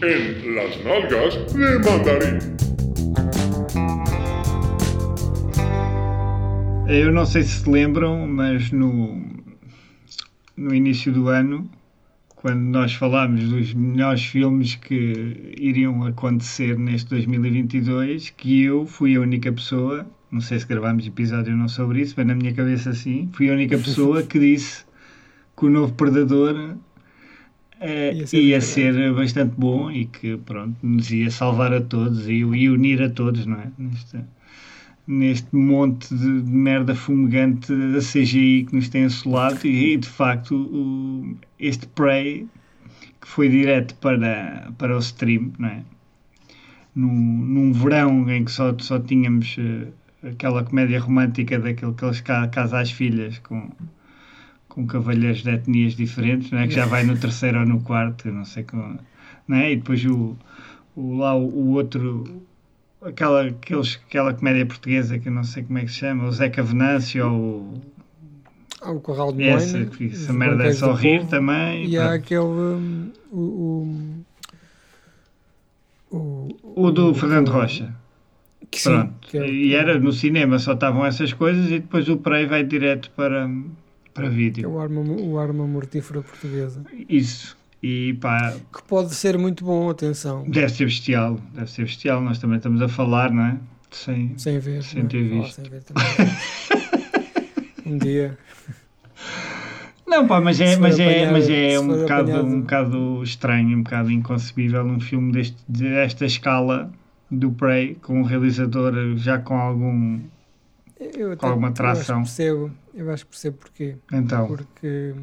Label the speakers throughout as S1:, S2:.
S1: las nalgas de mandarim.
S2: Eu não sei se se lembram, mas no, no início do ano, quando nós falámos dos melhores filmes que iriam acontecer neste 2022, que eu fui a única pessoa, não sei se gravámos episódio ou não sobre isso, mas na minha cabeça sim, fui a única pessoa que disse que o novo Predador eh,
S3: Ia
S2: ia
S3: ser
S2: ser,
S3: bacana.
S2: bastante bom e que pronto, nos ia salvar a todos e, e unir a todos, não é? Neste, neste monte de merda fumegante da CGI que nos tem assolado e, e, de facto o- este Prey que foi direto para, para o stream, não é? Num, num verão em que só, só tínhamos eh, aquela comédia romântica daquele que eles ca- casa às filhas com, com cavalheiros de etnias diferentes, não é? que já vai no terceiro ou no quarto, eu não sei como. Não é? E depois o, o, lá o, o outro, aquela, aqueles, aquela comédia portuguesa que eu não sei como é que se chama, o Zeca Venâncio ou o-
S3: Há o Corral de Moina.
S2: essa, que
S3: os
S2: essa merda é
S3: Banqueiros
S2: só
S3: do
S2: rir
S3: Povo,
S2: também.
S3: E há
S2: pronto.
S3: aquele. hum, o, o, o-
S2: O do Fernando Rocha.
S3: que sim,
S2: Pronto.
S3: que é o-
S2: E era no cinema, só estavam essas coisas e depois o Prey vai direto para, para
S3: que é
S2: vídeo.
S3: o arma, o arma mortífera portuguesa.
S2: Isso. E pá,
S3: Que pode ser muito bom, atenção.
S2: deve ser bestial. Deve ser bestial. Nós também estamos a falar, não é? Sem,
S3: Sem ver.
S2: Sem
S3: não é?
S2: ter
S3: Falar
S2: visto.
S3: sem ver também. um dia.
S2: Não, pá, mas
S3: Se
S2: é,
S3: for
S2: mas é,
S3: apanhado-
S2: mas é
S3: se
S2: um,
S3: for
S2: bocado,
S3: apanhado-
S2: um bocado estranho, um bocado inconcebível um filme deste, desta escala do Prey, com um realizador já com algum.
S3: Eu até,
S2: Com alguma
S3: Eu
S2: tração.
S3: acho que percebo, eu acho que percebo porquê.
S2: Então,
S3: Porque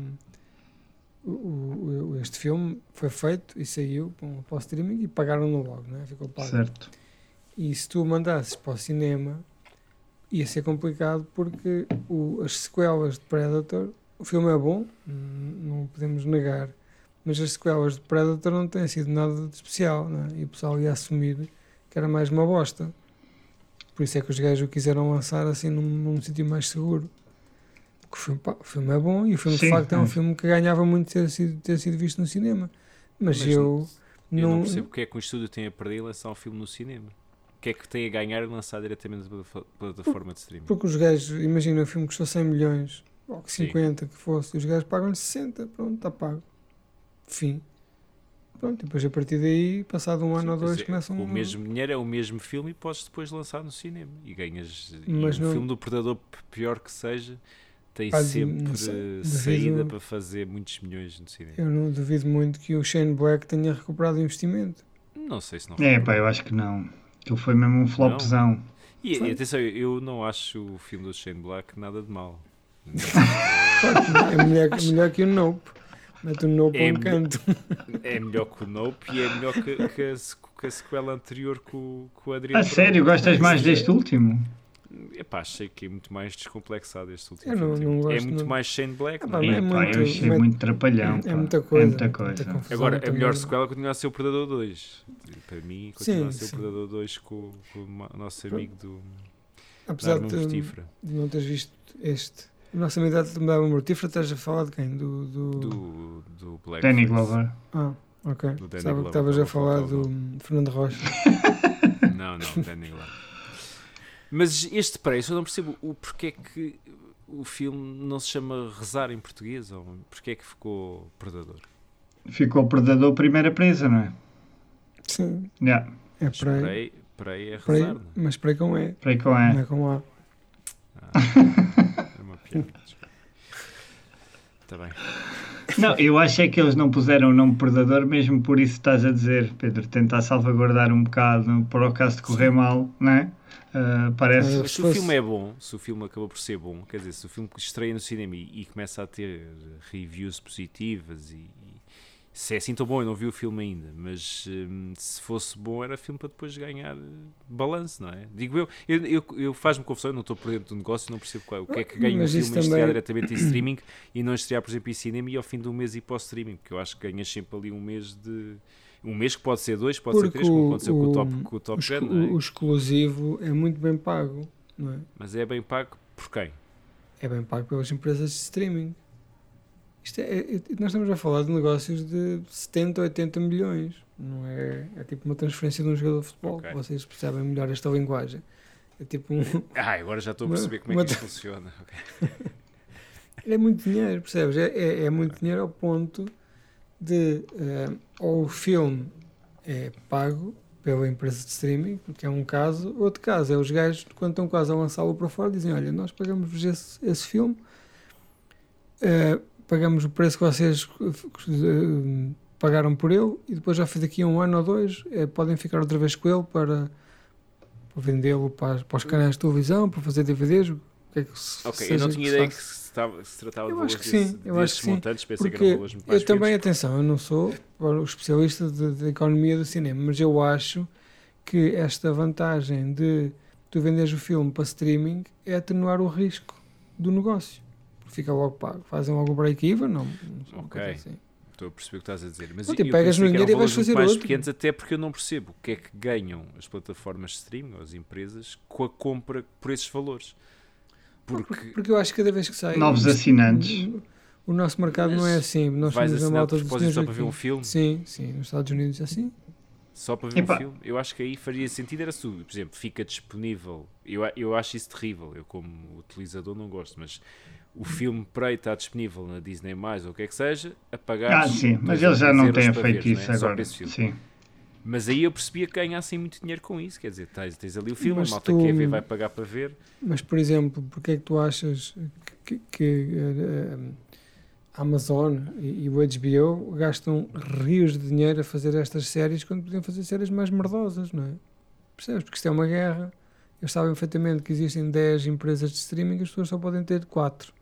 S3: hum, o- o- este filme foi feito e saiu para para o streaming e pagaram-no logo, não é? Ficou pago.
S2: certo.
S3: E se tu o mandasses para o cinema, ia ser complicado porque o- as sequelas de Predator, o filme é bom, n- não podemos negar, mas as sequelas de Predator não têm sido nada de especial, não é? e o pessoal ia assumir que era mais uma bosta. Por isso é que os gajos o quiseram lançar assim num, num sítio mais seguro. Porque o filme, pá, o filme é bom e o filme
S2: Sim,
S3: de facto é
S2: é.
S3: um filme que ganhava muito ter sido, ter sido visto no cinema. Mas,
S4: Mas
S3: eu,
S4: Eu não,
S3: não,
S4: percebo o que é que um estúdio tem a perder em lançar um filme no cinema. O que é que tem a ganhar em lançar diretamente da platafa- plataforma de streaming?
S3: Porque os gajos, imagina, o filme custou 100 milhões, ou que
S4: Sim.
S3: 50 que fosse, os gajos pagam-lhe 60, pronto, está pago. Fim. Pronto, e depois a partir daí, passado um
S4: Sim,
S3: ano ou
S4: quer
S3: dois,
S4: dizer,
S3: começam
S4: O
S3: a-
S4: mesmo dinheiro é o mesmo filme e podes depois lançar no cinema. E ganhas. e
S3: Mas
S4: um
S3: não-
S4: filme do Predador, p- pior que seja, tem
S3: Pá, de-
S4: sempre
S3: não sei,
S4: eh, saída
S3: duvido-
S4: para fazer muitos milhões no cinema.
S3: Eu não duvido muito que o Shane Black tenha recuperado o investimento.
S4: Não sei se não.
S2: É, pá, eu acho que não. Aquilo foi mesmo um flopzão.
S4: E, e
S3: Sim.
S4: atenção, eu não acho o filme do Shane Black nada de mal.
S3: Claro que é melhor, é melhor que o Nope. Mete o Nope a
S4: É
S3: um
S4: me-
S3: canto.
S4: É melhor que o Nope e é melhor que, que a, sequ- que a sequela anterior com, com o Adriano.
S2: A Ah, sério, gostas mais deste último?
S4: Epá, achei que é muito mais descomplexado este último
S3: Eu não-
S4: filme.
S3: não
S4: é
S3: gosto,
S4: muito
S3: não.
S4: mais Shane Black.
S3: Ah,
S4: não
S3: pá,
S4: é?
S2: É, pá,
S3: muito-
S2: eu achei
S3: muito-
S2: muito trapalhão.
S3: É
S2: pá.
S3: muita coisa.
S2: É muita coisa.
S3: confusão,
S4: Agora,
S3: muita
S4: a melhor
S3: merda.
S4: sequela continua a ser o Predador 2. Para mim, continua
S3: Sim,
S4: a ser
S3: sim.
S4: o Predador 2 com, com o ma- nosso amigo do da
S3: Apesar
S4: Arma
S3: de,
S4: Mortífera.
S3: de não teres visto este. O nosso amigo da Arma Mortífera, um estás a falar de quem? Do. do...
S4: Do, do Black.
S2: Danny Glover.
S3: Ah, ok. Pensava
S4: Danny
S3: que
S4: Glover,
S3: estavas
S4: estava
S3: a
S4: a
S3: falar
S4: falar
S3: do Fernando Rocha.
S4: Não, não, Danny Glover. Mas este preço, eu não percebo o porquê é que o filme não se chama Rezar em português ou porquê é que ficou Predador.
S2: Ficou predador primeira presa, não é?
S3: Sim,
S2: Já,
S3: É
S4: Mas
S3: para aí.
S4: Prey, Prey é
S3: para aí,
S4: rezar, não é?
S3: mas para aí com E,
S2: para aí com
S3: não
S2: é.
S3: é com A.
S4: Ah, é uma piada. Está bem.
S2: Não, eu achei que eles não puseram o nome predador, mesmo por isso estás a dizer, Pedro, tentar salvaguardar um bocado para o caso de correr mal, não é? Ah, parece.
S3: Mas
S4: Mas
S3: se
S4: se o
S3: fosse-
S4: filme é bom, se o filme acaba por ser bom, quer dizer, se o filme que estreia no cinema e, e começa a ter reviews positivas e, e- se é assim tão bom, eu não vi o filme ainda, mas hum, se fosse bom era filme para depois ganhar eh, balanço, não é? Digo eu, eu, eu, eu- faz-me confusão, eu não estou por dentro do negócio, não percebo qual, o que é que ganha um
S3: Mas
S4: filme em
S3: isso
S4: estrear
S3: também-
S4: diretamente em streaming e não estrear, por exemplo, em cinema e ao fim do mês ir para o streaming, porque eu acho que ganhas sempre ali um mês de. Um mês que pode ser dois, pode ser
S3: Porque
S4: três, como
S3: o-
S4: aconteceu com o Top,
S3: o-
S4: com o
S3: O,
S4: top
S3: excu-
S4: Gun, não é?
S3: o exclusivo é muito bem pago, não é?
S4: Mas é bem pago por quem?
S3: É bem pago pelas empresas de streaming. Isto é, é- é- nós estamos a falar de negócios de 70, 80 milhões. Não é, é tipo uma transferência de um jogador de futebol.
S4: Ok.
S3: Vocês percebem melhor esta linguagem. É tipo um,
S4: Ah, agora já estou a
S3: Uma-
S4: perceber como é
S3: uma
S4: que isto
S3: tra-
S4: funciona. Ok.
S3: É muito dinheiro, percebes? É, é, é muito dinheiro ao ponto de eh, ou o filme é pago pela empresa de streaming, porque é um caso, outro caso é os gajos, quando estão quase a lançá-lo para fora, dizem: Olha, nós pagamos-vos esse, esse filme, eh, pagamos o preço que vocês eh, pagaram por ele, e depois já fiz daqui a um ano ou dois, eh, podem ficar outra vez com ele para, para vendê-lo para, as- para os canais de televisão, para fazer DVDs. O que é que se,
S4: Ok, eu
S3: seja
S4: não tinha ideia que
S3: se faça.
S4: se, tava- se tratava de
S3: Eu
S4: valores
S3: acho que sim,
S4: desse-
S3: eu acho
S4: destes
S3: que sim,
S4: montantes, pensei que
S3: porque
S4: eram valores muito mais
S3: Eu também,
S4: pequenos.
S3: atenção, eu não sou o especialista de, de economia do cinema, mas eu acho que esta vantagem de tu venderes o filme para streaming é atenuar o risco do negócio. Fica logo pago. Fazem logo o break-even, não, não sei, uma
S4: Ok.
S3: coisa assim.
S4: Estou a perceber o que estás a dizer. Mas
S3: Não,
S4: eu-
S3: tipo,
S4: eu
S3: pegas
S4: pensei
S3: no
S4: que eram
S3: dinheiro e vais
S4: valores
S3: fazer
S4: muito mais
S3: outro.
S4: pequenos, até porque eu não percebo o que é que ganham as plataformas de streaming ou as empresas com a compra por esses valores. Porque
S3: Porque eu acho que cada vez que sai. um
S2: Novos assinantes.
S3: Hum, O nosso mercado não é
S4: Mas
S3: assim. Nós
S4: vais
S3: temos a
S4: assinar
S3: malta
S4: por
S3: dos
S4: propósito
S3: senhores
S4: só para ver um
S3: aqui.
S4: filme?
S3: Sim, sim. Nos Estados Unidos é assim.
S4: Só para ver
S2: Epá.
S4: um filme? Eu acho que aí faria sentido. Era se, o- por exemplo, fica disponível. Eu, a- eu acho isso terrível. Eu, como utilizador, não gosto. Mas o filme Prey está disponível na Disney, ou o que é que seja, a pagar.
S2: Ah, sim, mas eles já não é? têm feito isso
S4: Só para
S2: agora.
S4: esse filme.
S2: Sim.
S4: Mas aí eu percebia que ganhassem muito dinheiro com isso. Quer dizer, tens, tens ali o filme,
S3: Mas
S4: a malta
S3: tu-
S4: quer ver, vai pagar para ver.
S3: Mas, por exemplo, porque é que tu achas que, que eh, eh, a Amazon e, e o HBO gastam rios de dinheiro a fazer estas séries quando podiam fazer séries mais merdosas, não é? Percebes? Porque isto é uma guerra. Eles sabem perfeitamente que existem 10 empresas de streaming e as pessoas só podem ter 4.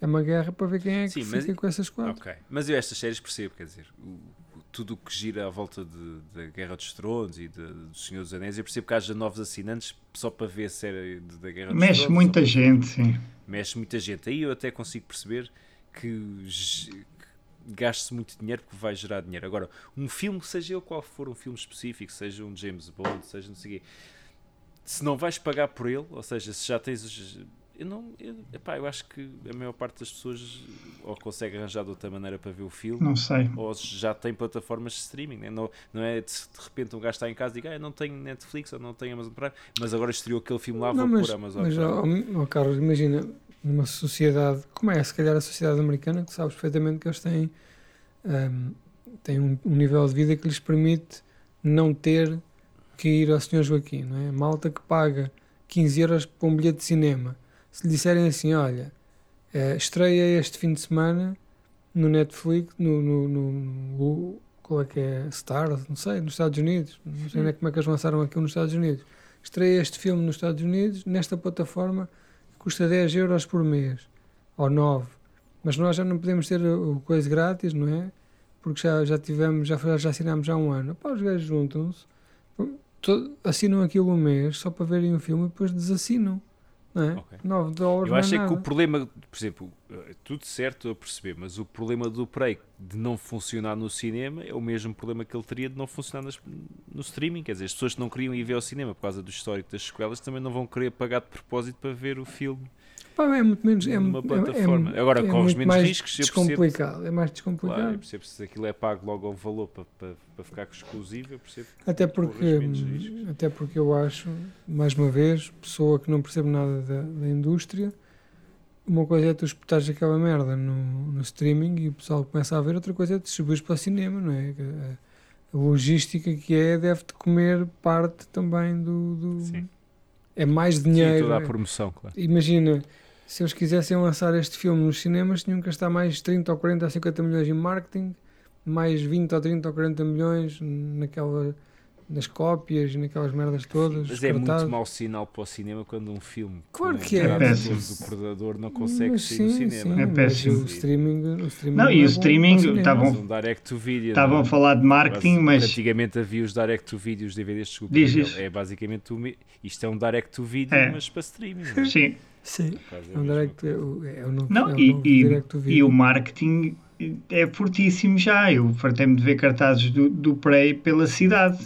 S3: É uma guerra para ver quem é que
S4: Sim, mas-
S3: fica com essas 4.
S4: Ok. Mas eu estas séries percebo, quer dizer, o- o- tudo o que gira à volta de- da Guerra dos Tronos e de, do Senhor dos Anéis, eu percebo que haja novos assinantes só para ver a série de- da Guerra dos
S2: Mexe
S4: Tronos.
S2: muita
S4: ou-
S2: gente, sim.
S4: Mexe muita gente. Aí eu até consigo perceber que, ge- que gaste-se muito dinheiro porque vai gerar dinheiro. Agora, um filme, seja ele qual for, um filme específico, seja um James Bond, seja não sei o quê, se não vais pagar por ele, ou seja, se já tens os. Eu, não, eu, epá, eu acho que a maior parte das pessoas ou consegue arranjar de outra maneira para ver o filme,
S2: Não sei.
S4: ou se já tem plataformas de streaming, né? não, não é de, de repente um gajo está em casa e diga, ah, eu não tenho Netflix ou não tenho Amazon Prime, mas agora estreou aquele filme lá, vou pôr Amazon tá?
S3: mas
S4: Prime.
S3: ó, ó, Carlos, imagina numa sociedade, como é se calhar a sociedade americana, que sabes perfeitamente que eles têm, ahm, têm um, um nível de vida que lhes permite não ter que ir ao Senhor Joaquim, não é? Malta que paga 15 euros por um bilhete de cinema. Se lhe disserem assim, olha, eh, estreia este fim de semana no Netflix, no, no, no- no- qual é que é? Stars, não sei, nos Estados Unidos. Não sei nem como é que eles lançaram aquilo nos Estados Unidos estreia este filme nos Estados Unidos, nesta plataforma, custa 10 euros por mês, ou 9. Mas nós já não podemos ter o o coisa grátis, não é? Porque já, já tivemos, já, já assinámos há um ano. Pá, os gajos juntam-se, to- assinam aquilo um mês só para verem o filme e depois desassinam, não é?
S4: Ok.
S3: 9 dólares
S4: Eu
S3: não é
S4: achei que o
S3: nada.
S4: problema, por exemplo, eh, tudo certo a perceber, mas o problema do Prey de não funcionar no cinema é o mesmo problema que ele teria de não funcionar nas- no streaming. Quer dizer, as pessoas que não queriam ir ver ao cinema por causa do histórico das sequelas também não vão querer pagar de propósito para ver o filme.
S3: Pá, é muito menos... É,
S4: numa
S3: muito- é- é-
S4: plataforma.
S3: é
S4: Agora,
S3: muito
S4: corres menos
S3: mais
S4: riscos, eu percebo.
S3: descomplicado. É mais descomplicado.
S4: Claro, eu percebo se aquilo é pago logo ao valor para, para, para ficar exclusivo, eu percebo.
S3: Até porque,
S4: menos riscos.
S3: até porque eu acho, mais uma vez, pessoa que não percebe nada da, da indústria, uma coisa é tu espetares aquela merda no, no streaming e o pessoal começa a ver, outra coisa é distribuir para o cinema, não é? A, a logística que é deve-te comer parte também do. do-
S4: Sim.
S3: É mais
S4: Sim,
S3: dinheiro.
S4: toda a
S3: é-
S4: promoção, claro.
S3: Imagina, se eles quisessem lançar este filme nos cinemas, tinham que gastar mais 30 ou 40 ou 50 milhões em marketing, mais 20 ou 30 ou 40 milhões naquela, nas cópias e naquelas merdas todas.
S4: Mas é
S3: cartazes.
S4: muito mau sinal para o cinema quando um filme
S3: Claro
S4: com
S3: que é.
S4: grandes
S2: É
S4: atores
S2: péssimo.
S4: do Predador não consegue
S3: Mas
S4: sair
S3: sim,
S4: do cinema.
S3: sim,
S2: É
S3: mas
S2: péssimo.
S3: O streaming, o streaming
S2: Não,
S3: não
S2: e o
S3: é bom para
S2: streaming,
S3: cinema.
S2: tá bom. Tá
S4: Mas um direct to video.
S2: Estavam a falar de marketing, é? mas
S4: Antigamente havia os direct to video, os DVDs, desculpa.
S2: Diz
S4: Miguel.
S2: isso.
S4: É basicamente o me- Isto é um direct to video,
S2: É.
S4: mas para streaming. não é?
S2: sim.
S3: Sim.
S4: No caso, é
S3: É um
S4: mesmo.
S3: direct, é o- é o novo, é
S2: Não,
S3: o
S2: e,
S3: novo
S2: e,
S3: direct to
S2: e
S3: video.
S2: o marketing é fortíssimo já. Eu fartei-me de ver cartazes do, do Prey pela cidade.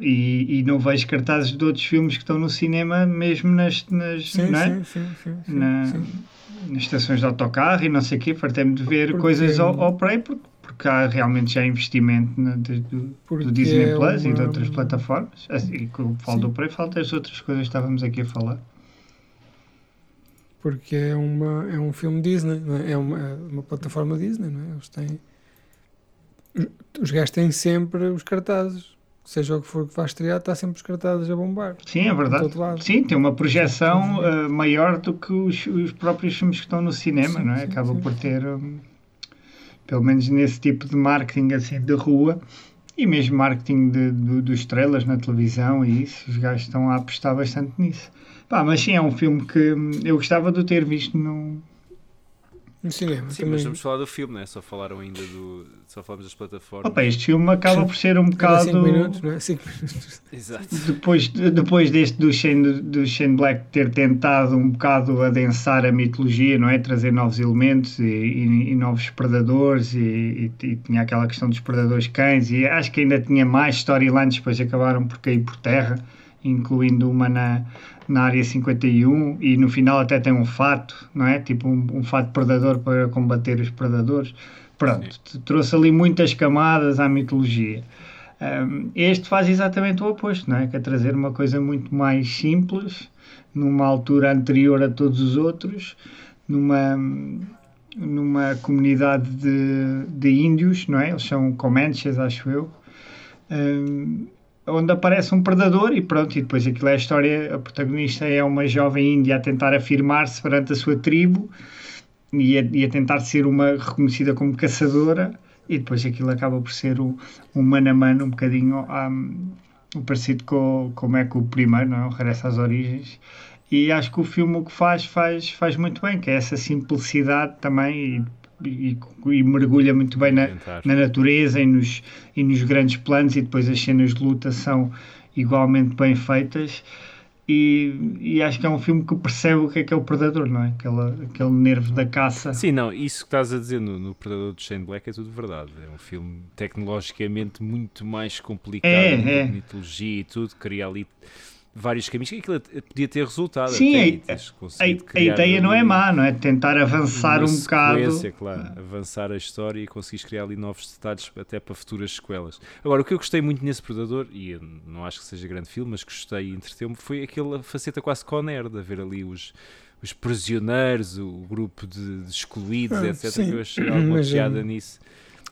S2: E, e não vejo cartazes de outros filmes que estão no cinema, mesmo nas. nas
S3: Sim,
S2: não é?
S3: sim, sim, sim, sim,
S2: Na-
S3: sim.
S2: nas estações de autocarro e não sei o quê, fartei-me de ver
S3: Porque-
S2: coisas ao, ao prey, porque, porque há realmente já investimento na- de- do,
S3: Porque
S2: do Disney
S3: é
S2: Plus e de
S3: uma-
S2: outras plataformas. Assim, E quando falo
S3: Sim.
S2: do prey, falo das outras coisas que estávamos aqui a falar.
S3: Porque é, uma, é um filme Disney, não é? É uma, é uma plataforma Disney, não é? Eles têm. Os gajos têm sempre os cartazes. Seja o que for que vá estrear, está sempre os cartazes a bombar.
S2: Sim, é verdade.
S3: todo lado.
S2: Sim, tem uma projeção
S3: Sim.
S2: eh, maior do que os, os próprios filmes que estão no cinema,
S3: Sim,
S2: não é?
S3: sim,
S2: Acaba
S3: sim,
S2: por
S3: sim.
S2: ter, hum, pelo menos nesse tipo de marketing assim de rua e mesmo marketing de, do- dos trailers na televisão e isso, os gajos estão a apostar bastante nisso. Pá, mas sim, é um filme que hum, eu gostava de o ter visto no.
S3: No cinema.
S4: Sim,
S3: também.
S4: mas vamos falar do filme, né? Só falaram ainda do. Só falamos das plataformas.
S2: Opa, é. este filme acaba por ser um
S3: Cada cinco
S2: bocado.
S3: minutos, não é? Cinco minutos.
S4: Exato.
S2: Depois, depois deste do Shane, do Shane Black ter tentado um bocado adensar a mitologia, não é? Trazer novos elementos e, e- e novos predadores e, e- e tinha aquela questão dos predadores cães e acho que ainda tinha mais storylines, depois acabaram por cair por terra, incluindo uma na, na área 51 e no final até tem um fato, não é? Tipo um, um fato predador para combater os predadores. Pronto, t- trouxe ali muitas camadas à mitologia. Um, este faz exatamente o oposto, não é? Quer trazer uma coisa muito mais simples, numa altura anterior a todos os outros, numa, numa comunidade de, de índios, não é? Eles são Comanches, acho eu. Um, onde aparece um predador e pronto, e depois aquilo é a história, a protagonista é uma jovem índia a tentar afirmar-se perante a sua tribo e a, e a tentar ser uma reconhecida como caçadora e depois aquilo acaba por ser um, um mano a mano um bocadinho um, parecido com, como é que o primeiro, não é? O Regresso às Origens e acho que o filme o que faz, faz, faz muito bem, que é essa simplicidade também e, e- e mergulha muito bem na,
S4: Tentar.
S2: na natureza e nos, e nos grandes planos e depois as cenas de luta são igualmente bem feitas e, e acho que é um filme que percebe o que é que é o predador, não é? Aquela, aquele nervo da caça.
S4: Sim, não, isso que estás a dizer no, no Predador do Shane Black é tudo verdade. É um filme tecnologicamente muito mais complicado,
S2: É,
S4: muito
S2: é.
S4: de mitologia e tudo, cria ali vários caminhos, que aquilo até- podia ter resultado.
S2: Sim,
S4: até,
S2: a-
S4: e teres
S2: A,
S4: conseguido
S2: a
S4: criar
S2: ideia não é
S4: ali
S2: má, não é? Tentar avançar
S4: uma
S2: um bocado.
S4: sequência, claro, avançar a história e conseguires criar ali novos detalhes até para futuras sequelas. Agora, o que eu gostei muito nesse Predador, e eu não acho que seja grande filme, mas gostei e entreteu-me, foi aquela faceta quase Conner, de haver ali os, os prisioneiros, o grupo de, de excluídos,
S3: Ah,
S4: etc.
S3: sim.
S4: que eu achei alguma
S3: Mas,
S4: piada
S3: hum,
S4: nisso.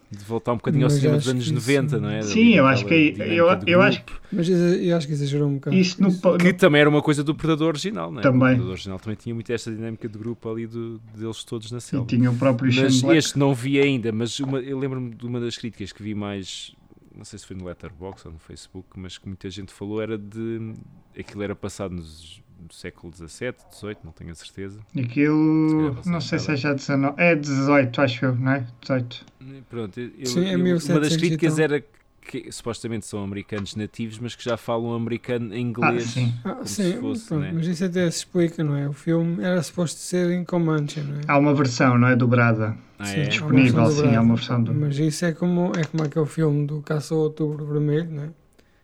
S4: De voltar um bocadinho ao
S3: mas
S4: cinema dos
S3: acho
S4: anos
S3: que isso-
S4: 90, não é?
S2: Sim,
S4: Ali
S2: eu acho
S4: daquela
S2: que-
S4: dinâmica
S2: eu-
S4: de
S2: eu acho
S4: grupo,
S3: Mas eu acho que exagerou um bocado.
S2: Isso no, po-
S4: que também era uma coisa do Predador original, não é?
S2: Também.
S4: O Predador original também tinha muito esta dinâmica de grupo ali do, deles todos na
S2: no-
S4: selva.
S2: e tinha o próprio Shane
S4: Mas
S2: Black.
S4: este não vi ainda, mas uma- eu lembro-me de uma das críticas que vi mais, não sei se foi no Letterboxd ou no Facebook, mas que muita gente falou era de. Aquilo era passado nos, no século XVII, XVIII, não tenho a certeza. Se calhar
S2: Aquilo,
S4: você
S2: não sei se é
S4: sabe.
S2: já 19, é 18, acho eu, não é? 18.
S4: Pronto, eu-
S3: Sim, é
S4: eu- uma
S3: 1700
S4: das
S3: e
S4: críticas
S3: tal.
S4: era que supostamente são americanos nativos, mas que já falam americano em inglês.
S2: Ah, sim.
S3: Ah,
S4: como
S3: sim,
S4: se fosse,
S3: pronto,
S4: né?
S3: mas isso até se explica, não é? O filme era suposto ser em Comanche, não é?
S2: Há uma versão, não é? Dobrada.
S4: Ah,
S3: Sim,
S4: é?
S3: desculpa.
S2: Disponível,
S3: versão
S2: sim, há
S3: dobrada.
S2: uma versão do.
S3: Mas isso é como, é como aquele filme do Caça ao Outubro Vermelho, né?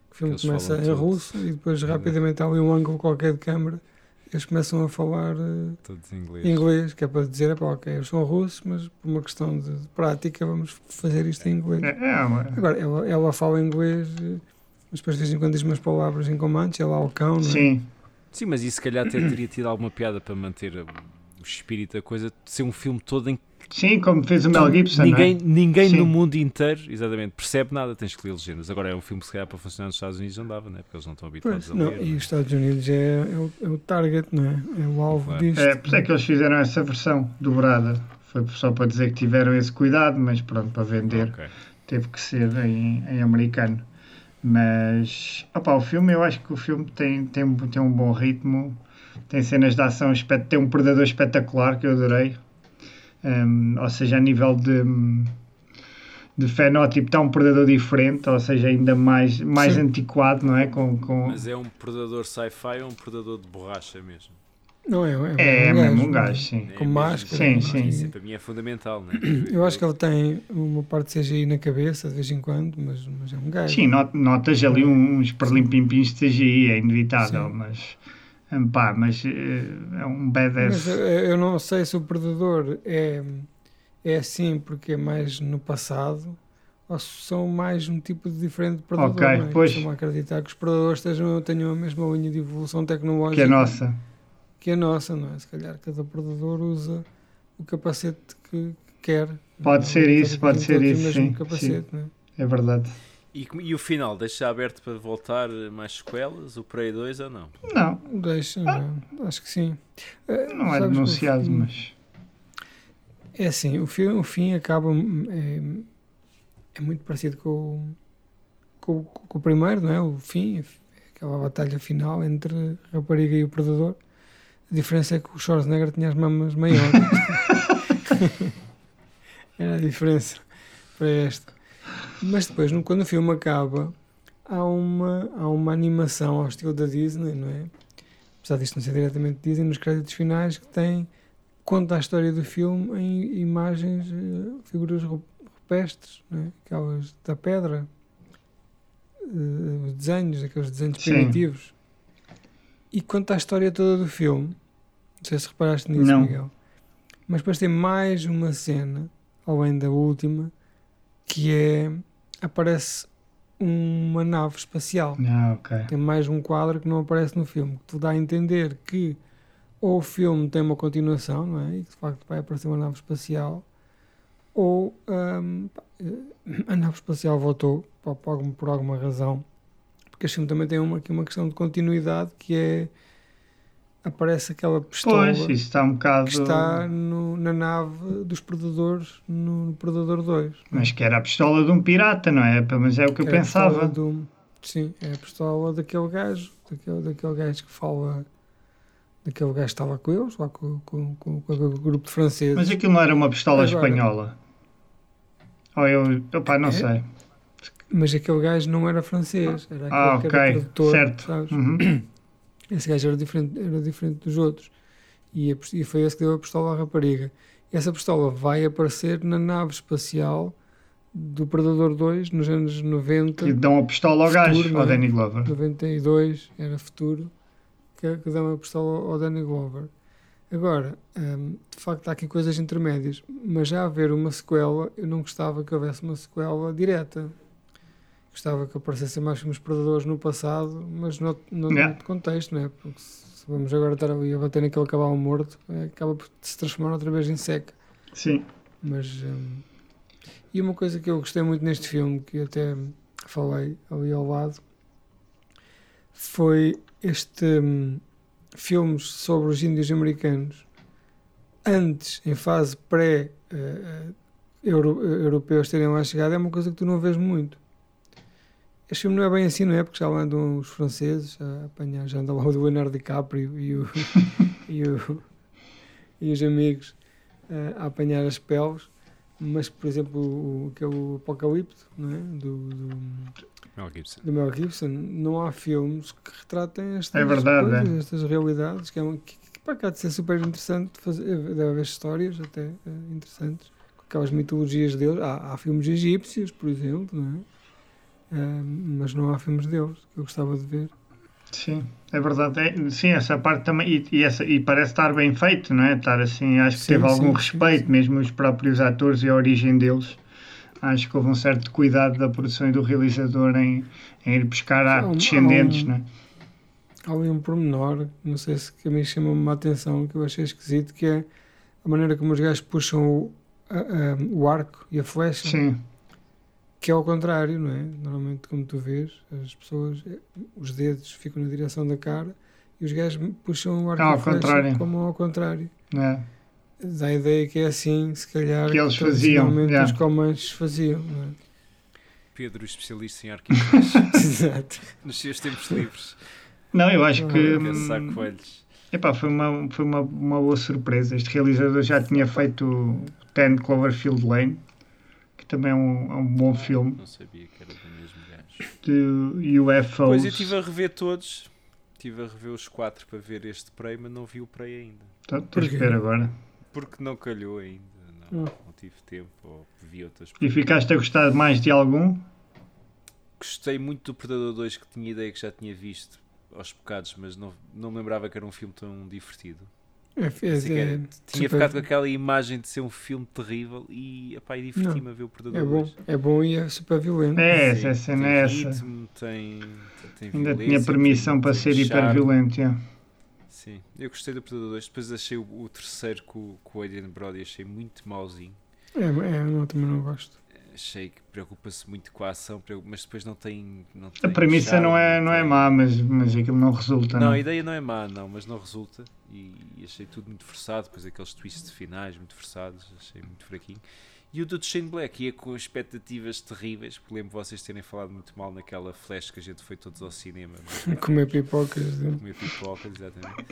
S3: Que o filme
S4: Eles
S3: começa
S4: falam
S3: em
S4: tudo.
S3: russo e depois
S4: É.
S3: rapidamente há ali um ângulo qualquer de câmara. Eles começam a falar eh,
S4: Todos em inglês.
S3: inglês, que é para dizer, "Epá, ok, eles são russos, mas por uma questão de de prática vamos fazer isto em inglês.
S2: É, é uma-
S3: Agora, ela, ela fala inglês, eh, mas depois de vez em quando diz umas palavras em comandos, ela é o cão, não é?
S2: Sim,
S4: Sim, mas isso se calhar até teria tido alguma piada para manter o o espírito da coisa, de ser um filme todo em
S2: sim, como fez o Mel Gibson. não é?
S4: Então, ninguém ninguém
S2: Sim.
S4: no mundo inteiro, exatamente, percebe nada, tens que ler legendas. Agora é um filme que se calhar para funcionar nos Estados Unidos não dava, né? porque eles não estão habituados
S3: Pois,
S4: a ler.
S3: não,
S4: né?
S3: e os Estados Unidos é, é o, é o target, não é? É o alvo
S4: Claro.
S3: disto.
S2: É, por isso é que eles fizeram essa versão dobrada. Foi só para dizer que tiveram esse cuidado, mas pronto, para vender
S4: Ok.
S2: teve que ser em, em americano. Mas, opá, o filme, eu acho que o filme tem, tem, tem um bom ritmo, tem cenas de ação, espet- tem um predador espetacular que eu adorei. Hum, ou seja, a nível de, de fenótipo, está um predador diferente, ou seja, ainda mais, mais
S3: Sim.
S2: antiquado, não é? Com, com...
S4: Mas é um predador sci-fi ou um predador de borracha mesmo?
S3: Não é? É,
S2: é, é mesmo um
S3: não é?
S2: gajo, sim.
S4: É
S3: Com
S4: mesmo,
S3: máscara,
S2: Sim,
S4: não é?
S2: sim.
S4: Isso para mim é fundamental, né?
S3: Eu acho que ele tem uma parte de CGI na cabeça de vez em quando, mas, mas é um gajo.
S2: Sim, not- notas ali uns perlimpimpins de CGI, é inevitável,
S3: Sim.
S2: mas Hum, Pá, mas eh, é um badass.
S3: Mas eh, eu, eu não sei se o Predador é, é assim porque é mais no passado ou se são mais um tipo de diferente de predador.
S2: Ok,
S3: não é?
S2: pois.
S3: Estou-me a acreditar que os predadores estejam, tenham a mesma linha de evolução tecnológica
S2: que é nossa.
S3: que a nossa, não é? Se calhar cada predador usa o capacete que quer.
S2: Pode
S3: Não, é?
S2: ser
S3: todos
S2: isso, pode
S3: têm
S2: ser
S3: todos o
S2: isso,
S3: mesmo
S2: sim,
S3: capacete, não é?
S2: É verdade.
S4: E, como- e o final, deixa aberto para voltar mais sequelas, o Prey 2 ou não?
S2: Não,
S3: Deixa, não é? acho que sim. Eh,
S2: Ah. não é
S3: sabes que o
S2: denunciado,
S3: filme-
S2: mas.
S3: É assim, o, fi- o fim acaba. hum, É, é muito parecido com, o- com, o- com o primeiro, não é? O fim, aquela batalha final entre a rapariga e o predador. A diferença é que o Schwarzenegger tinha as mamas maiores. Era a diferença para este. Mas depois, no- quando o filme acaba, há uma, há uma animação ao estilo da Disney, não é? Apesar disto não ser diretamente Disney, nos créditos finais que tem conta a história do filme em imagens, eh, figuras ru- rupestres, não é? aquelas da pedra, eh, os desenhos, aqueles desenhos
S2: Sim.
S3: primitivos. E conta a história toda do filme. Não sei se reparaste nisso,
S2: Não.
S3: Miguel. Mas depois tem mais uma cena, além da última, que é. aparece uma nave espacial.
S2: Ah, ok.
S3: Tem mais um quadro que não aparece no filme, que te dá a entender que ou o filme tem uma continuação, não é? E que de facto vai aparecer uma nave espacial, ou hum, pá, eh, a nave espacial voltou por, por algum- por alguma razão. Porque este filme também tem uma, aqui uma questão de continuidade que é. aparece aquela pistola
S2: Pois, isso está um bocado.
S3: que está no- na nave dos Predadores, no, no Predador 2.
S2: Mas que era a pistola de um pirata, não é? Pelo menos é o que eu
S3: Era a
S2: pensava.
S3: pistola um do- sim, é a pistola daquele gajo, daquele, daquele gajo que fala. Daquele gajo que estava com eles, lá com, com, com, com aquele grupo de franceses.
S2: Mas aquilo não era uma pistola
S3: Agora-
S2: espanhola. Ou eu. Opá, não
S3: É?
S2: sei.
S3: Mas aquele gajo não era francês, era aquele
S2: Ah,
S3: que era
S2: ok.
S3: tradutor.
S2: Certo.
S3: sabes?
S2: Uhum.
S3: Esse gajo era diferente, era diferente dos outros. E, a pis- e foi esse que deu a pistola à rapariga. Essa pistola vai aparecer na nave espacial do Predador 2 nos anos 90.
S2: Que dão a pistola ao gajo,
S3: Futuro,
S2: ao
S3: não é?
S2: Danny Glover.
S3: 92 era futuro que, que dá uma pistola ao Danny Glover agora hum, de facto há aqui coisas intermédias mas já haver uma sequela eu não gostava que houvesse uma sequela direta gostava que aparecessem mais filmes predadores no passado mas no, no,
S2: Yeah.
S3: noutro contexto não é? porque se se vamos agora estar ali a bater naquele cavalo morto eh, acaba por se transformar outra vez em seca
S2: Sim.
S3: mas hum, e uma coisa que eu gostei muito neste filme, que eu até falei ali ao lado, foi este hum, filmes sobre os índios americanos antes, em fase eh, pré-europeus eh, terem lá chegado, é uma coisa que tu não vês muito. Este filme não é bem assim, não é? Porque já lá andam os franceses a apanhar, já anda lá o Leonardo DiCaprio e, o, e, o- e os amigos eh, a apanhar as peles, mas por exemplo o, o- que é o Apocalipto não é? do, do,
S4: Mel Gibson.
S3: do Mel Gibson, não há filmes que retratem estas,
S2: É verdade,
S3: coisas, estas realidades que é uma, que, que pá, que há de ser super interessante fazer, deve haver histórias até eh, interessantes com aquelas mitologias deles, há, há filmes egípcios por exemplo, não é? Eh, mas não há filmes deles que eu gostava de ver.
S2: Sim, é verdade. É, sim, essa parte também. E, e essa, e parece estar bem feito, não é? Estar assim, acho que
S3: Sim,
S2: teve
S3: sim,
S2: algum
S3: sim,
S2: respeito,
S3: sim.
S2: mesmo os próprios atores e a origem deles. Acho que houve um certo cuidado da produção e do realizador em, em ir buscar a
S3: Há um- há
S2: descendentes,
S3: um-
S2: não é?
S3: Há ali um pormenor, não sei se que a mim chamou-me uma atenção, que eu achei esquisito, que é a maneira como os gajos puxam o, a- a- o arco e a flecha,
S2: Sim,
S3: que é ao contrário, não é? Normalmente, como tu vês, as pessoas, eh, os dedos ficam na direção da cara e os gajos puxam o arco
S2: Ah,
S3: e a
S2: ao
S3: flecha
S2: contrário.
S3: como ao contrário.
S2: não é?
S3: Dá a ideia que é assim, se calhar,
S2: Que eles faziam,
S3: tradicionalmente
S2: yeah.
S3: os comandos faziam, não é?
S4: Pedro, especialista em arquivos
S3: Exato.
S4: nos seus tempos livres.
S2: Não, eu acho que.
S3: Ah,
S4: Caçar
S2: hum,
S4: coelhos.
S2: Epá, foi uma, foi uma, uma boa surpresa. Este realizador já tinha feito o Ten Cloverfield Lane, que também é um, é um bom filme,
S4: Não sabia que era do mesmo gajo.
S2: de UFOs.
S4: Pois eu estive a rever todos. Estive a rever os quatro para ver este Prey, mas não vi o Prey ainda.
S2: Então, tens
S3: Porquê?
S2: que ver agora.
S4: Porque não calhou ainda.
S3: Hum.
S4: Não, não tive tempo. Ou vi outras
S2: E ficaste a gostar mais de algum?
S4: Gostei muito do Predador 2 que tinha ideia que já tinha visto. aos bocados, mas não, não me lembrava que era um filme tão divertido.
S3: É, é,
S4: Pensei que era-
S3: é,
S4: tinha
S3: super-
S4: ficado com aquela imagem de ser um filme terrível e, epá, e diverti-me a ver o Predador
S3: é bom,
S4: 2.
S3: é bom e é super violento.
S2: É,
S4: Sim,
S2: essa cena
S4: tem
S2: é essa.
S4: ritmo, tem, tem
S2: Ainda
S4: violência,
S2: tinha
S4: tem-
S2: permissão para
S4: tem
S2: ser
S4: charme.
S2: hiperviolento. é.
S4: Sim, eu gostei do Predador 2, depois achei o, o terceiro com, com o Adrian Brody, achei muito mauzinho.
S3: É, é, não, também não gosto.
S4: Achei que preocupa-se muito com a ação, preocupa- mas depois não tem. Não
S2: A
S4: tem
S2: premissa
S4: charme,
S2: não é, não é
S4: tem-
S2: má, mas, mas aquilo não resulta.
S4: Não,
S2: Não,
S4: a ideia não é má, não, mas não resulta. E, e achei tudo muito forçado, depois aqueles twists finais muito forçados, achei muito fraquinho. E o do Shane Black ia com expectativas terríveis, porque lembro vocês terem falado muito mal naquela flash que a gente foi todos ao cinema, mas
S3: Comer pipocas. de-
S4: comer pipoca, exatamente.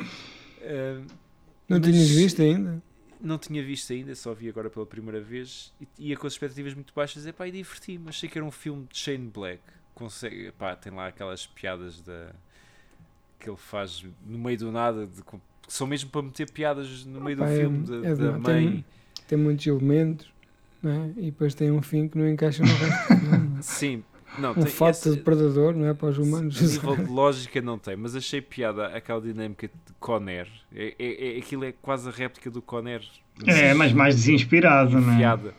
S4: Ah,
S3: Não
S4: Mas-
S3: tinhas visto ainda?
S4: não tinha visto ainda, só vi agora pela primeira vez e ia com as expectativas muito baixas. Epá, e diverti-me. Achei que era um filme de Shane Black. Consegue, epá, tem lá aquelas piadas da que ele faz no meio do nada, de, com- que são mesmo para meter piadas no meio do
S3: Epá, é-
S4: filme da,
S3: é
S4: da
S3: demais.
S4: mãe.
S3: Tem muitos elementos, não é? E depois tem um fim que não encaixa no resto. não é?
S4: Sim, não,
S3: Um
S4: tem
S3: fato de predador, não é? Para os humanos.
S4: A nível de lógica não tem, mas achei piada aquela dinâmica de Conner. É, é- é- aquilo é quase a réplica do Conner.
S2: É, mas mais desinspirado, não é?
S4: enfiada.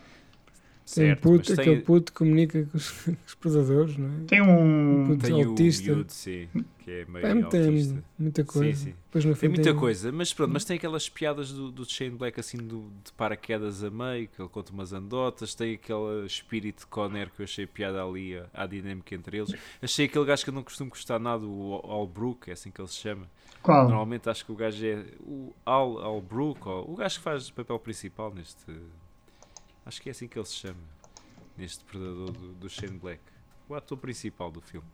S3: Tem
S4: Certo,
S3: puto,
S4: mas tem,
S3: aquele puto que comunica com os, com os predadores, não é?
S2: Tem um.
S3: Puto.
S4: tem o
S3: é autista.
S4: miúdo, sim, que é meio
S3: Pá,
S4: autista.
S3: tem muita coisa.
S4: sim.
S3: Depois no
S4: Tem
S3: fim
S4: muita coisa, mas pronto, mas tem aquelas piadas do, do Shane Black assim do- de paraquedas a meio, que ele conta umas anedotas, tem aquele espírito de Conner que eu achei piada ali, a- à dinâmica entre eles. Achei aquele gajo que eu não costumo gostar nada, o Al- Albrook, é assim que ele se chama.
S2: Qual?
S4: Normalmente acho que o gajo é o Al Albrook, ou, o gajo que faz o papel principal neste. Acho que é assim que ele se chama, neste predador do, do Shane Black. O ator principal do filme.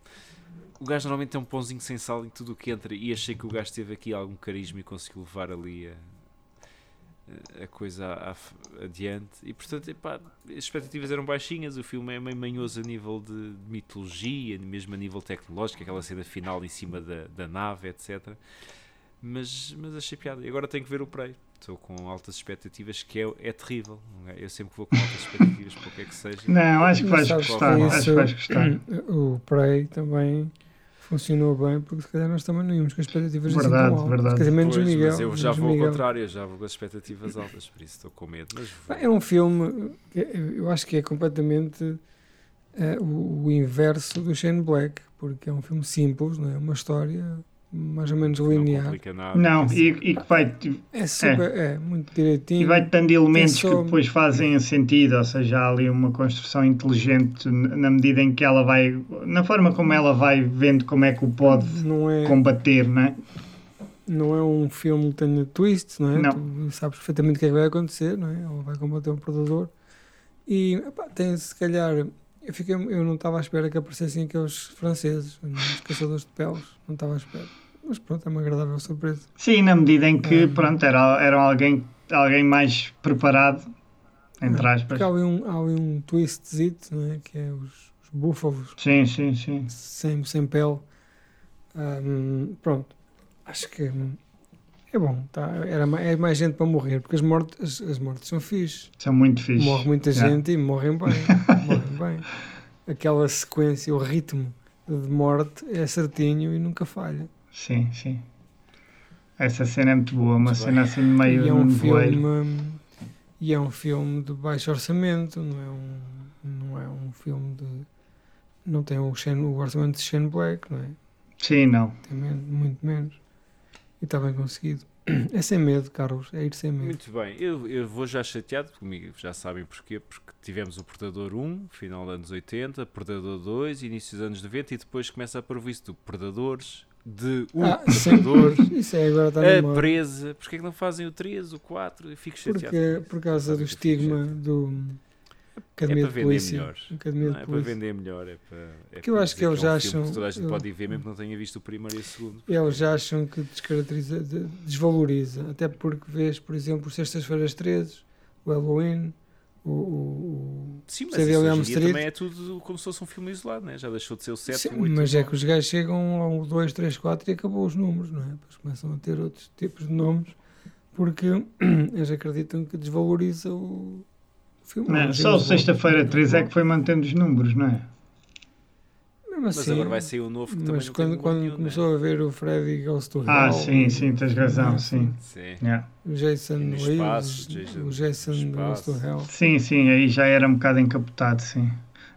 S4: O gajo normalmente é um pãozinho sem sal em tudo o que entra, e achei que o gajo teve aqui algum carisma e conseguiu levar ali a, a coisa a- a- adiante. E portanto, epá, as expectativas eram baixinhas. O filme é meio manhoso a nível de, de mitologia, mesmo a nível tecnológico, aquela cena final em cima da, da nave, etc. Mas, mas achei piada. E agora tenho que ver o Prey. Estou com altas expectativas, que é, é terrível. não é? Eu sempre vou com altas expectativas, para o que é que seja.
S2: Não, acho que
S3: Não
S2: vais
S3: sabes
S2: gostar.
S4: qual é
S2: Acho que
S3: isso.
S2: vais gostar.
S3: O Prey também funcionou bem, porque se calhar nós também não íamos com as expectativas assim
S2: Verdade,
S3: tão altas.
S2: verdade.
S3: Quer dizer, menos
S4: Pois,
S3: Miguel.
S4: mas eu já
S3: menos
S4: vou ao
S3: Miguel.
S4: contrário, eu já vou com as expectativas altas, por isso estou com medo. Mas vou.
S3: É um filme que eu acho que é completamente eh, o, o inverso do Shane Black, porque é um filme simples, não é? Uma história mais ou menos
S4: Não
S3: linear.
S4: complica nada.
S2: Não, e, e que vai,
S3: É super, é. muito
S2: e
S3: direitinho.
S2: vai dando elementos que
S3: só-
S2: depois fazem sentido, ou seja, há ali uma construção inteligente n- na medida em que ela vai, na forma como ela vai vendo como é que o pode
S3: não é,
S2: combater, não é?
S3: não é um filme que tenha twist, não é?
S2: Não.
S3: Tu sabes perfeitamente o que é que vai acontecer, não é? Ele vai combater um predador. E epá, tem se calhar. Eu, fiquei, eu não estava à espera que aparecessem aqueles franceses, é? os caçadores de peles. Não estava à espera. Mas pronto, é uma agradável surpresa.
S2: Sim, na medida em que,
S3: Hum.
S2: pronto, era, era alguém, alguém mais preparado, entre aspas.
S3: Porque há ali um, há ali um twistzito, não é? Que é os, os búfalos
S2: Sim, sim, sim.
S3: sem, sem pele. Ahm, pronto. Acho que hum, é bom. Tá? Era mais, é mais gente para morrer, porque as mortes, as, as mortes são fixe.
S2: São muito fixe.
S3: Morre muita
S2: Já.
S3: gente e morrem bem. morrem bem. Aquela sequência, o ritmo de morte é certinho e nunca falha.
S2: Sim, sim. Essa cena é muito boa, uma
S4: Muito
S2: cena assim meio
S3: e é um
S2: nevoeiro.
S3: filme hum, e é um filme de baixo orçamento não é um não é um filme de não tem o, Shane- o orçamento de Shane Black não é
S2: Sim, não.
S3: tem menos, muito menos e está bem conseguido é sem medo Carlos é ir sem medo
S4: Muito bem, eu, eu vou já chateado comigo, já sabem porquê, porque tivemos o Predador 1, final dos anos 80, Predador 2, início dos anos 90 e depois começa a proviso do Predadores, de o
S3: Ah, sim.
S4: Predador,
S3: isso é agora está na
S4: a
S3: moda
S4: presa, porque é que não fazem o 3, o 4, eu fico chateado.
S3: porque é
S4: com
S3: por
S4: isso.
S3: causa do
S4: Sabem que eu fico
S3: estigma
S4: chateado.
S3: do
S4: É
S3: academia
S4: para
S3: de
S4: vender
S3: polícia
S4: melhor.
S3: academia
S4: Não é
S3: de
S4: para
S3: polícia
S4: vender melhor, é para. É
S3: Que eu
S4: para
S3: acho
S4: dizer
S3: que eles
S4: é um
S3: já
S4: filme
S3: acham-
S4: Que toda a gente
S3: eu-
S4: pode ir ver, mesmo que não tenha visto o primeiro e o segundo.
S3: eles já acham que descaracteriza, de- desvaloriza, até porque vês, por exemplo, sextas-feiras 13, o Halloween, o, o- o-
S4: Sim, mas
S3: Você vê ali
S4: isso hoje
S3: Elm
S4: em dia
S3: Street?
S4: também é tudo como se fosse um filme isolado, né? já deixou de ser o 7,
S3: Sim,
S4: o 8.
S3: mas é que os gajos chegam um, ao 2, 3, 4 e acabou os números, não é? Depois começam a ter outros tipos de nomes porque eles acreditam que desvaloriza o filme.
S2: Não,
S3: Eles
S2: só o é
S3: dizem,
S2: Sexta-feira 13 é que foi mantendo os números, não é?
S3: Não, Mesmo
S4: Mas
S3: assim,
S4: agora vai sair um novo que também
S3: mas
S4: não
S3: quando,
S4: tem né?
S3: quando
S4: conteúdo,
S3: começou a ver o Freddy Goes to
S2: Ah,
S3: Hell,
S2: sim, sim, tens razão, sim.
S4: Né? Sim.
S2: Yeah.
S3: o Jason
S4: E no
S3: Reeves,
S4: espaço, Jason-
S3: o Jason Goes
S4: espaço.
S3: to Hell.
S2: Sim, sim, aí já era um bocado encapotado, sim.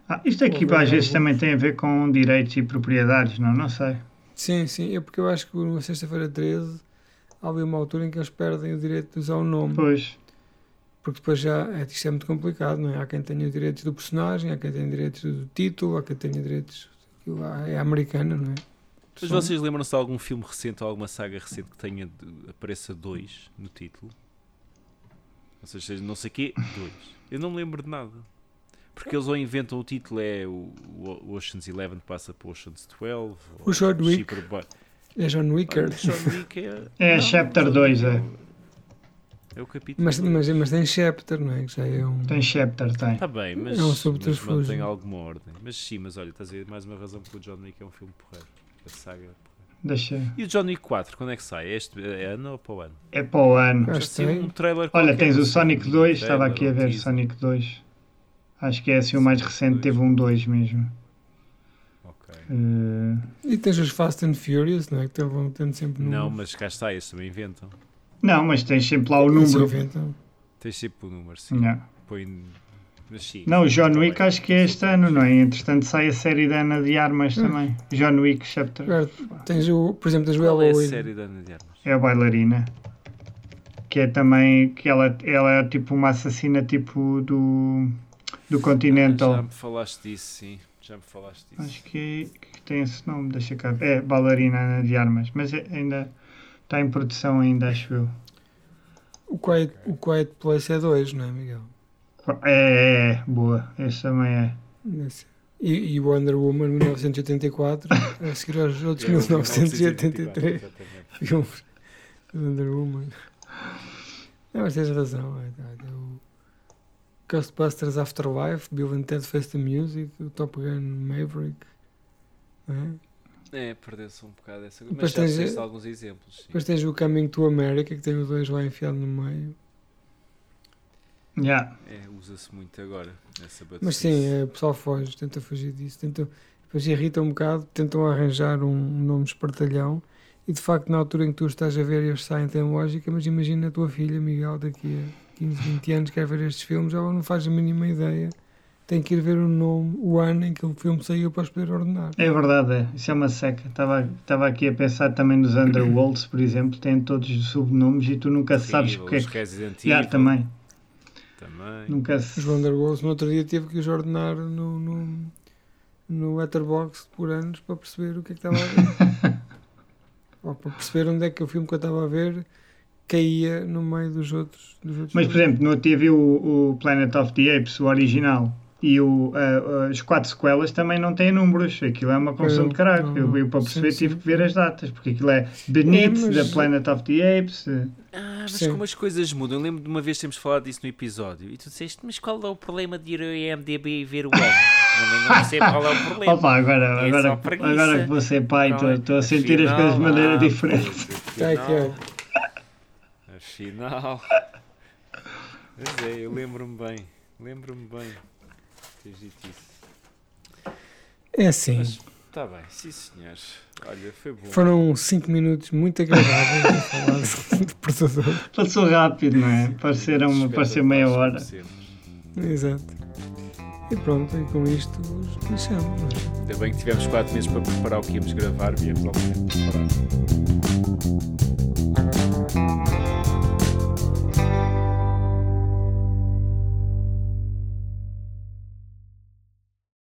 S2: Ah, isto aqui
S3: Houve
S2: pá, às vezes
S3: alguns.
S2: também tem a ver com direitos e propriedades, não? Não sei.
S3: Sim, sim, é porque eu acho que na sexta-feira 13 há ali uma altura em que eles perdem o direito de usar o nome.
S2: Pois,
S3: Porque depois já é, isto é muito complicado, não é? Há quem tenha direitos do personagem, há quem tenha direitos do título, há quem tenha direitos. aquilo lá É americana, não é?
S4: Mas vocês lembram-se de algum filme recente ou alguma saga recente que tenha de- apareça dois no título? Ou seja, não sei quê, dois. Eu não me lembro de nada. Porque eles ou inventam o título, é o, o Ocean's Eleven passa para o Ocean's 12.
S3: O
S4: ou
S3: John Wick.
S4: Cheaper By-
S3: É John
S4: Olha,
S3: Wicker.
S4: o John Wick é...
S2: É, Chapter
S4: John
S2: dois,
S4: Wick
S2: é.
S4: o- É o capítulo.
S3: Mas, mas, mas tem chapter, não é? Que já é um.
S2: tem chapter, tem.
S4: Está Tá bem, mas,
S3: É um
S4: mas
S3: subterfúgio.
S4: mantém alguma ordem. Mas sim, mas olha, estás a ver mais uma razão porque o John Wick é um filme porreiro. A saga é porreira.
S2: Deixa.
S4: E o John Wick 4, quando é que sai? É Este é ano ou para o ano?
S2: É para o ano.
S3: Acho
S4: Já saiu
S3: que tem.
S4: um
S2: Olha,
S4: trailer qualquer,
S2: tens o
S4: assim,
S2: Sonic
S4: um
S2: 2,
S4: trailer,
S2: estava aqui a
S4: um
S2: ver
S4: teaser.
S2: Sonic 2. Acho que é assim o mais recente,
S4: Dois.
S2: teve um 2 mesmo.
S4: Ok.
S2: Eh,
S3: E tens os Fast and Furious, não é? Que vão tendo sempre
S4: Não,
S3: números.
S4: mas cá está, eles também inventam.
S2: não, mas tens sempre lá o
S3: Eles
S2: número.
S3: inventam.
S4: Tens sempre o número, sim.
S2: Não.
S4: Põe... Mas sim.
S2: não, o John
S4: tá
S2: Wick
S4: bem.
S2: acho que é este ano, não é? Entretanto sai a série da Ana de Armas também. John Wick Chapter.
S3: Agora, tens o, por exemplo, tens o
S4: Qual é a
S3: Halloween.
S4: série da Ana de Armas?
S2: É a bailarina. Que é também. que ela, ela é tipo uma assassina tipo do. do
S4: Ah, Já
S2: Continental.
S4: me falaste disso, sim. Já me falaste disso.
S2: Acho que, que tem esse nome, deixa cá ver. É bailarina Ana de Armas, mas é- ainda está em produção ainda, acho eu.
S3: O Quiet, o Quiet Place é 2, não é, Miguel?
S2: É, é, é, boa. Esse também é.
S3: Nesse- E, e Wonder Woman 1984, a seguir aos outros
S4: É o
S3: 1983
S4: exatamente.
S3: filmes. Wonder Woman. Não, mas tens razão. É, é, é o Ghostbusters Afterlife, Bill and Ted Face the Music, o Top Gun Maverick. não é?
S4: É, perdeu-se um bocado essa. Mas
S3: Depois
S4: já
S3: tens- eh,
S4: tens alguns exemplos. sim.
S3: Depois tens o Coming to America, que tem os dois lá enfiado no meio.
S2: Yeah.
S4: É, usa-se muito agora. Essa
S3: Mas
S4: batutice.
S3: sim, é, o pessoal foge, tenta fugir disso. Tenta, depois irrita um bocado, tentam arranjar um, um nome espartalhão. E de facto, na altura em que tu estás a ver, eles saem, tem lógica. Mas imagina a tua filha, Miguel, daqui a 15, 20 anos, quer ver estes filmes, ela não faz a mínima ideia. Tem que ir ver o nome, o ano em que o filme saiu para os poder ordenar.
S2: É verdade, é. Isso é uma seca. Estava estava aqui a pensar também nos Underworlds, por exemplo, têm todos os subnomes e tu nunca sabes
S4: Evil,
S2: porque é
S4: os
S2: que.
S4: Resident Evil
S2: Yeah, também.
S4: também.
S2: Nunca
S3: Os
S2: se.
S3: Wonderwalls, no outro dia, tive que os ordenar no, no, no Letterboxd por anos para perceber o que é que estava a ver. Ou para perceber onde é que o filme que eu estava a ver caía no meio dos outros. Dos outros
S2: Mas, por
S3: filmes.
S2: exemplo, no outro dia vi o, o Planet of the Apes, o original, e o, a- a- as quatro sequelas também não têm números. Aquilo é uma confusão
S3: Eu-
S2: de caralho.
S3: não,
S2: eu, eu, para
S3: sim,
S2: perceber,
S3: sim.
S2: tive que ver as datas, porque aquilo é Beneath,
S3: É, mas-
S2: da Planet of the Apes. eh,
S4: Ah, mas
S3: Sim.
S4: como as coisas mudam. Eu lembro de uma vez temos falado disso no episódio e tu disseste, mas qual é o problema de ir ao IMDB e ver o ano? Também não percebo qual é o problema.
S2: Opa, agora,
S4: É
S2: agora,
S4: só preguiça.
S2: agora que vou ser pai,
S4: Qual
S2: então, estou
S4: é-
S2: estou a sentir as
S4: afinal,
S2: coisas de maneira
S4: ah,
S2: diferente.
S4: pois,
S3: Tá aqui, ó.
S4: afinal, afinal. Mas é, eu lembro-me bem. Lembro-me bem. Teres dito isso.
S3: É assim.
S4: Mas está bem, sim senhores. Olha, foi bom.
S3: Foram 5 minutos muito agradáveis a falar de Predador.
S2: Passou rápido, não é? Parecer, uma, parecer meia hora.
S4: Ainda
S3: Exato. E pronto, e com isto os deixamos. não é?
S4: bem que tivemos 4 meses para preparar o que íamos gravar e íamos ao momento preparar.